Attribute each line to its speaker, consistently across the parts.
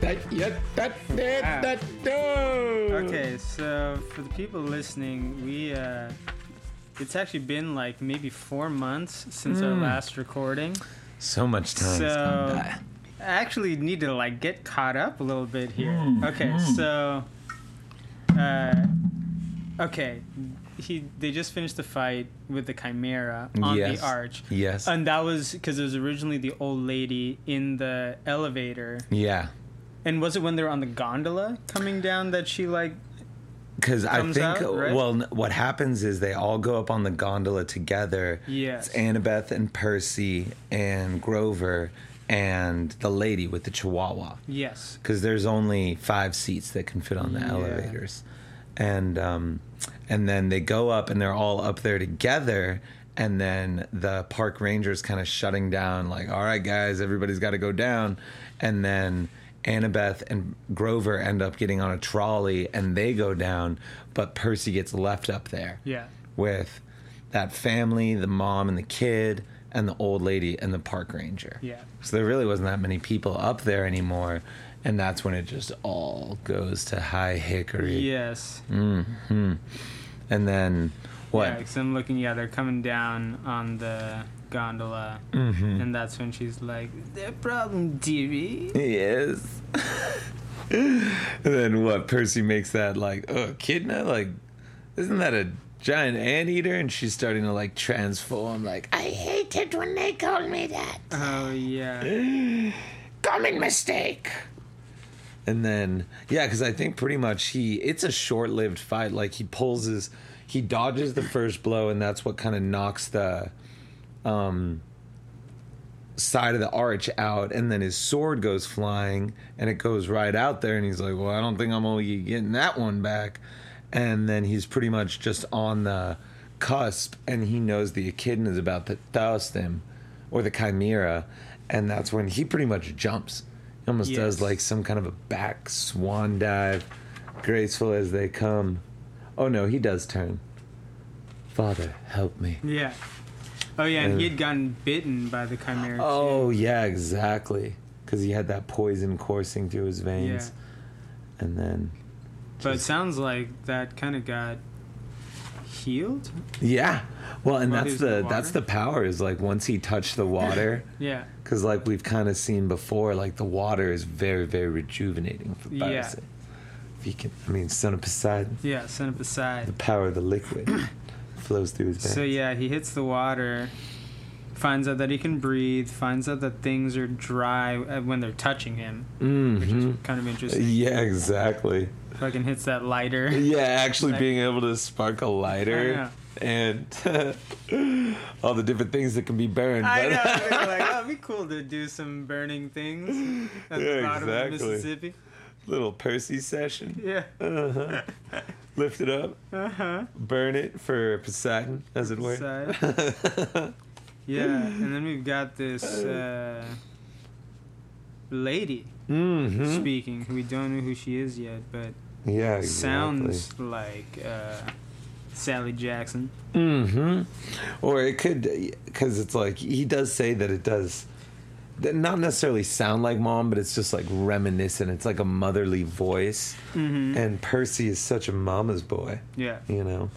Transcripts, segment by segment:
Speaker 1: That, yep, that, that,
Speaker 2: Ah.
Speaker 1: that, no.
Speaker 2: Okay, so for the people listening, we uh, it's actually been like maybe four months since
Speaker 3: Mm.
Speaker 2: our last recording.
Speaker 3: So much time.
Speaker 2: so
Speaker 1: by.
Speaker 2: I actually need to like get caught up a little bit here.
Speaker 3: Mm,
Speaker 2: Okay, so uh, okay, he they just finished the fight with the chimera on
Speaker 3: Yes.
Speaker 2: the arch.
Speaker 3: Yes.
Speaker 2: And that was because it was originally the old lady in the elevator.
Speaker 3: yeah.
Speaker 2: And was it when they were on the gondola coming down that she like
Speaker 3: Because I
Speaker 2: Comes
Speaker 3: think,
Speaker 2: out, right?
Speaker 3: well, n- what happens is they all go up on the gondola together.
Speaker 2: Yes.
Speaker 3: It's Annabeth and Percy and Grover and the lady with the chihuahua.
Speaker 2: yes.
Speaker 3: Because there's only five seats that can fit on the
Speaker 2: Yeah.
Speaker 3: elevators. And, um, and then they go up and they're all up there together. And then the park ranger's kind of shutting down, like, all right, guys, everybody's got to go down. And then Annabeth and Grover end up getting on a trolley and they go down, but Percy gets left up there
Speaker 2: Yeah.
Speaker 3: with that family, the mom and the kid, and the old lady and the park ranger.
Speaker 2: Yeah.
Speaker 3: So there really wasn't that many people up there anymore. And that's when it just all goes to high hickory.
Speaker 2: Yes.
Speaker 3: And then what?
Speaker 2: Yeah, because I'm looking, yeah, they're coming down on the gondola.
Speaker 3: Mm-hmm.
Speaker 2: And that's when she's like, the problem, dearie.
Speaker 3: Yes. and then what? Percy makes that like, oh, kidna? Like, isn't that a giant anteater? And she's starting to like transform, like,
Speaker 4: I hate it when they call me that.
Speaker 2: Oh, yeah.
Speaker 4: Common mistake.
Speaker 3: And then, yeah, because I think pretty much he, it's a short lived fight. Like he pulls his, he dodges the first blow, and that's what kind of knocks the um, side of the arch out. And then his sword goes flying and it goes right out there. And he's like, well, I don't think I'm going to be getting that one back. And then he's pretty much just on the cusp, and he knows the echidna is about to doust him or the chimera. And that's when he pretty much jumps. He almost does
Speaker 2: Yes.
Speaker 3: like some kind of a back swan dive, graceful as they come. Oh no, he does turn. Father, help me.
Speaker 2: Yeah. Oh, yeah, and he had gotten bitten by the chimera.
Speaker 3: Oh yeah, exactly. Because he had that poison coursing through his
Speaker 2: too.
Speaker 3: veins, and then
Speaker 2: But it sounds like that kind of got healed?
Speaker 3: yeah. Well, and
Speaker 2: While he
Speaker 3: that's
Speaker 2: was in
Speaker 3: the,
Speaker 2: the
Speaker 3: that's
Speaker 2: water?
Speaker 3: the power is like once he touched the water,
Speaker 2: Yeah.
Speaker 3: because like we've kind of seen before, like the water is very very rejuvenating for
Speaker 2: Yeah.
Speaker 3: Poseidon. If you can, I mean, son of Poseidon,
Speaker 2: Yeah, send it
Speaker 3: the
Speaker 2: beside.
Speaker 3: power of the liquid flows through his veins.
Speaker 2: So, yeah, he hits the water, finds out that he can breathe, finds out that things are dry uh, when they're touching him, which is kind of interesting.
Speaker 3: Mm-hmm. Yeah, exactly.
Speaker 2: Fucking hits that lighter.
Speaker 3: Uh, Yeah, actually
Speaker 2: Like-
Speaker 3: being able to spark a lighter and all the different things that can be burned.
Speaker 2: I
Speaker 3: but-
Speaker 2: know. I think, like, oh, it'd be cool to do some burning things at the
Speaker 3: Yeah,
Speaker 2: bottom of the
Speaker 3: exactly.
Speaker 2: Mississippi.
Speaker 3: little Percy session.
Speaker 2: Yeah.
Speaker 3: Uh-huh. Lift it up,
Speaker 2: Uh huh.
Speaker 3: burn it for Poseidon, as it were.
Speaker 2: yeah, and then we've got this uh, lady
Speaker 3: mm-hmm.
Speaker 2: speaking. who We don't know who she is yet, but
Speaker 3: Yeah, exactly.
Speaker 2: sounds like uh, Sally Jackson.
Speaker 3: hmm Or it could, because it's like he does say that it does, that not necessarily sound like mom, but it's just like reminiscent. It's like a motherly voice,
Speaker 2: Mm-hmm.
Speaker 3: and Percy is such a mama's boy,
Speaker 2: Yeah.
Speaker 3: you know.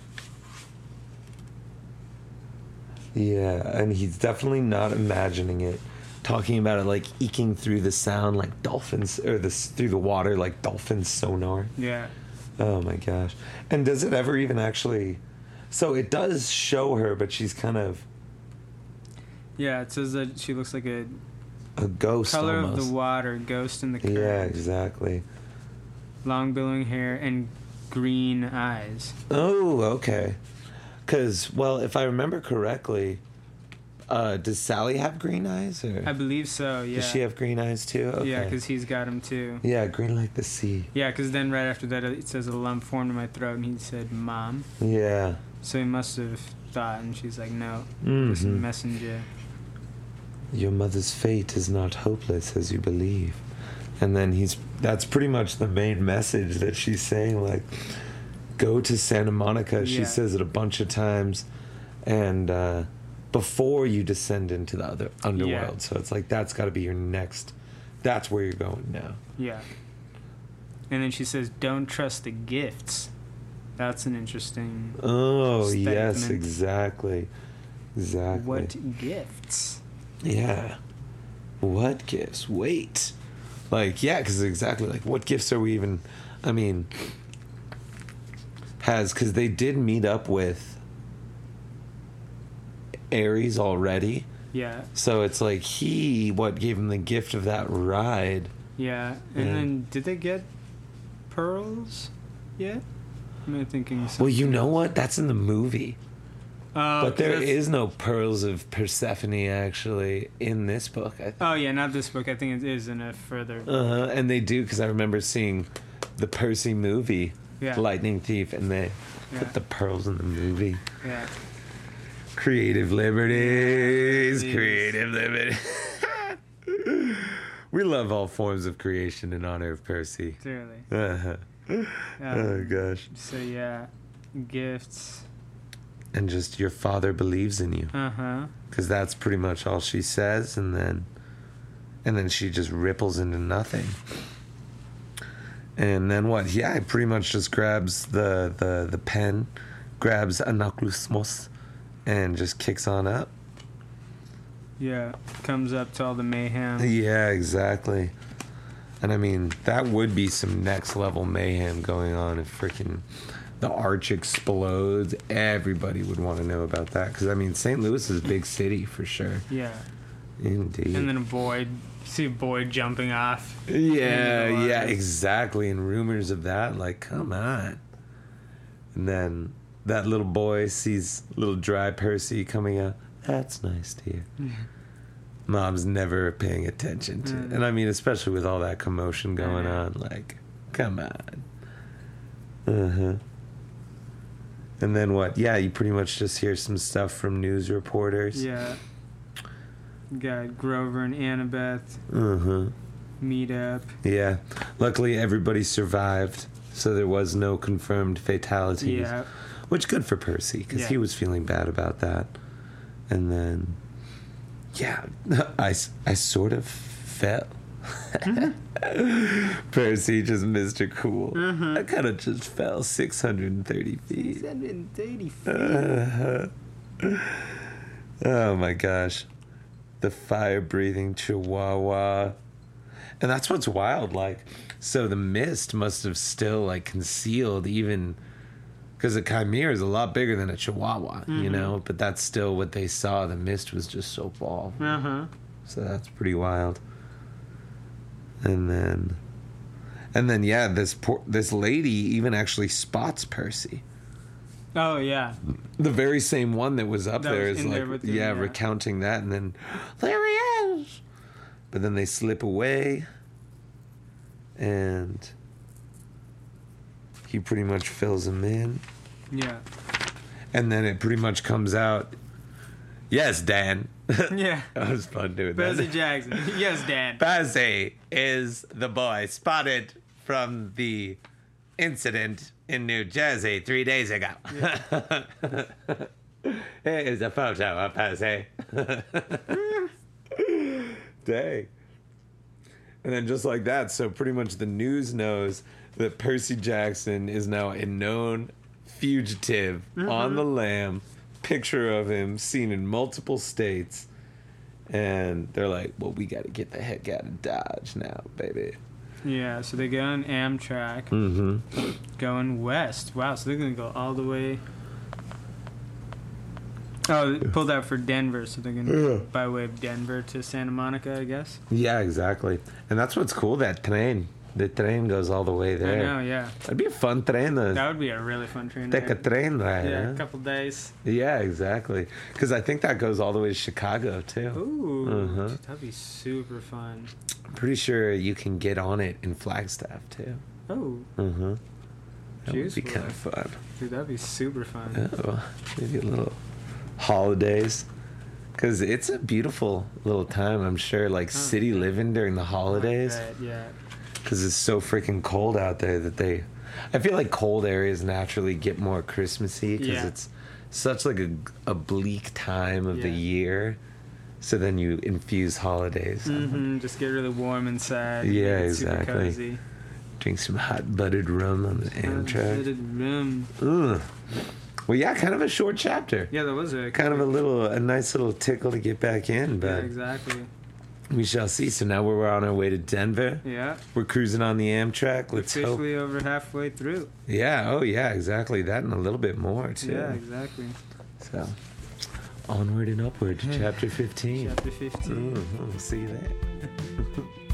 Speaker 3: Yeah, and he's definitely not imagining it, talking about it like eking through the sound like dolphins or this through the water like dolphin sonar.
Speaker 2: Yeah.
Speaker 3: Oh my gosh. And does it ever even actually so it does show her, but she's kind of
Speaker 2: Yeah. It says that she looks like a
Speaker 3: a ghost
Speaker 2: color
Speaker 3: almost.
Speaker 2: of the water, ghost in the current,
Speaker 3: yeah, exactly.
Speaker 2: long billowing hair, and green eyes.
Speaker 3: Oh, okay. Cause well, if I remember correctly, uh, does Sally have green eyes or
Speaker 2: I believe so. Yeah.
Speaker 3: does she have green eyes too? Okay.
Speaker 2: Yeah, because he's got him too.
Speaker 3: Yeah, green like the sea.
Speaker 2: Yeah, because then right after that it says a lump formed in my throat, and he said, "Mom."
Speaker 3: Yeah.
Speaker 2: So he must have thought, and she's like, "No, this
Speaker 3: Mhm.
Speaker 2: messenger."
Speaker 3: Your mother's fate is not hopeless as you believe. And then he's that's pretty much the main message that she's saying like go to Santa Monica.
Speaker 2: Yeah.
Speaker 3: She says it a bunch of times and uh before you descend into the other underworld. So it's like that's got to be your next That's where you're going now.
Speaker 2: Yeah. And then she says, "Don't trust the gifts." That's an interesting.
Speaker 3: Oh, yes,
Speaker 2: Statement.
Speaker 3: exactly. Exactly.
Speaker 2: What gifts?
Speaker 3: Yeah. What gifts? Wait. Like, yeah, because exactly like what gifts are we even? I mean, has because they did meet up with Aries already,
Speaker 2: Yeah,
Speaker 3: so it's like he what gave him the gift of that ride.
Speaker 2: yeah. And
Speaker 3: Yeah.
Speaker 2: then, did they get pearls yet? Am I thinking? So?
Speaker 3: Well, you know what? That's in the movie,
Speaker 2: Uh,
Speaker 3: but there
Speaker 2: that's-
Speaker 3: is no pearls of Persephone actually in this book. I
Speaker 2: Oh yeah, not this book. I think it is in a further.
Speaker 3: Uh-huh. And they do because I remember seeing the Percy movie,
Speaker 2: Yeah.
Speaker 3: Lightning Thief, and they
Speaker 2: Yeah.
Speaker 3: put the pearls in the movie.
Speaker 2: Yeah.
Speaker 3: Creative liberties,
Speaker 2: Liberties.
Speaker 3: creative liberties. we love all forms of creation in honor of Percy.
Speaker 2: Clearly.
Speaker 3: Uh-huh.
Speaker 2: Um,
Speaker 3: Oh gosh!
Speaker 2: so yeah, gifts.
Speaker 3: And just your father believes in you,
Speaker 2: Uh huh.
Speaker 3: because that's pretty much all she says, and then, and then she just ripples into nothing. And then what? Yeah, he pretty much just grabs the the, the pen, grabs Anaklusmos, and just kicks on up.
Speaker 2: Yeah, comes up to all the mayhem.
Speaker 3: Yeah, exactly. And I mean, that would be some next level mayhem going on if freaking the arch explodes. Everybody would want to know about that because I mean, St. Louis is a big city for sure.
Speaker 2: Yeah,
Speaker 3: Indeed.
Speaker 2: and then Boyd. See Boyd jumping off.
Speaker 3: Yeah,
Speaker 2: And the
Speaker 3: yeah,
Speaker 2: lies.
Speaker 3: exactly. And rumors of that, like, come on. And then that little boy sees little dry Percy coming out. That's nice to you. Mom's never paying attention to
Speaker 2: Mm.
Speaker 3: it. And I mean, especially with all that commotion going
Speaker 2: know.
Speaker 3: on, like, come on. Uh huh. And then what? Yeah, you pretty much just hear some stuff from news reporters.
Speaker 2: Yeah. Got Grover and Annabeth
Speaker 3: Uh huh.
Speaker 2: meet up.
Speaker 3: Yeah. Luckily, everybody survived, so there was no confirmed fatalities.
Speaker 2: Yeah.
Speaker 3: Which good for Percy because
Speaker 2: Yeah.
Speaker 3: he was feeling bad about that. And then, yeah, I s- I sort of fell.
Speaker 2: Mm-hmm.
Speaker 3: Percy just Mr. Cool. I kind of just fell 630 feet. Uh-huh. oh my gosh. The fire breathing chihuahua. And that's what's wild. Like, so the mist must have still, like, concealed even. Because a chimera is a lot bigger than a chihuahua, you know? But that's still what they saw. The mist was just so fall.
Speaker 2: Uh huh.
Speaker 3: So that's pretty wild. And then. And then, yeah, this poor, this lady even actually spots Percy
Speaker 2: Oh yeah.
Speaker 3: the very same one that was up
Speaker 2: That
Speaker 3: there
Speaker 2: was
Speaker 3: is
Speaker 2: in there
Speaker 3: like
Speaker 2: with you,
Speaker 3: yeah,
Speaker 2: yeah.
Speaker 3: recounting that and then there he is but then they slip away and he pretty much fills him in
Speaker 2: Yeah.
Speaker 3: and then it pretty much comes out yes dan that
Speaker 2: Yeah.
Speaker 3: was fun doing
Speaker 2: Bessie
Speaker 3: that
Speaker 2: Jackson. Yes, Dad.
Speaker 3: Bazzi is the boy spotted from the incident in New Jersey three days ago. Here is a photo of Bazzi. Dang. And then just like that, so pretty much the news knows that Percy Jackson is now a known fugitive on the lam. Picture of him seen in multiple states. And they're like, well, we got to get the heck out of Dodge now, baby.
Speaker 2: Yeah. So they go on Amtrak,
Speaker 3: Mm
Speaker 2: going west. Wow. So they're gonna go all the way. Oh, they pulled out for Denver. So they're gonna go by way of Denver to Santa Monica, I guess.
Speaker 3: Yeah, exactly. And that's what's cool that train. The train goes all the way
Speaker 2: I
Speaker 3: there.
Speaker 2: know. Yeah.
Speaker 3: It'd be a fun train
Speaker 2: That
Speaker 3: to
Speaker 2: would be a really fun train
Speaker 3: take a
Speaker 2: ride.
Speaker 3: train ride.
Speaker 2: Yeah.
Speaker 3: huh?
Speaker 2: A couple days.
Speaker 3: Yeah, exactly. Because I think that goes all the way to Chicago too.
Speaker 2: Ooh.
Speaker 3: Uh-huh.
Speaker 2: That'd be super fun.
Speaker 3: I'm pretty sure you can get on it in Flagstaff too.
Speaker 2: Oh.
Speaker 3: Mm-hmm. That
Speaker 2: Juice
Speaker 3: would be kind
Speaker 2: WRLD.
Speaker 3: of fun.
Speaker 2: Dude, that'd be super fun.
Speaker 3: Oh, maybe a little holidays. Because it's a beautiful little time, I'm sure. Like city living during the holidays,
Speaker 2: Hmm. Right, yeah.
Speaker 3: because it's so freaking cold out there that they. I feel like cold areas naturally get more Christmassy because
Speaker 2: Yeah.
Speaker 3: it's such like a, a bleak time of the
Speaker 2: Yeah.
Speaker 3: year So then you infuse holidays.
Speaker 2: hmm just get really warm inside. make
Speaker 3: Yeah,
Speaker 2: it super
Speaker 3: exactly.
Speaker 2: cozy.
Speaker 3: Drink some hot buttered rum on the Amtrak.
Speaker 2: Outfitted room.
Speaker 3: Ugh. Well, yeah, kind of a short chapter.
Speaker 2: Yeah, that was a
Speaker 3: Kind of a little, a nice little tickle to get back in, but
Speaker 2: Yeah, exactly.
Speaker 3: we shall see. So now we're on our way to Denver.
Speaker 2: Yeah,
Speaker 3: We're cruising on the Amtrak. Let's hope.
Speaker 2: officially over halfway through.
Speaker 3: Yeah. Oh, yeah. Exactly. That and a little bit more too.
Speaker 2: Yeah, exactly.
Speaker 3: So, onward and upward to chapter 15
Speaker 2: Chapter 15.
Speaker 3: Mm-hmm. See you there.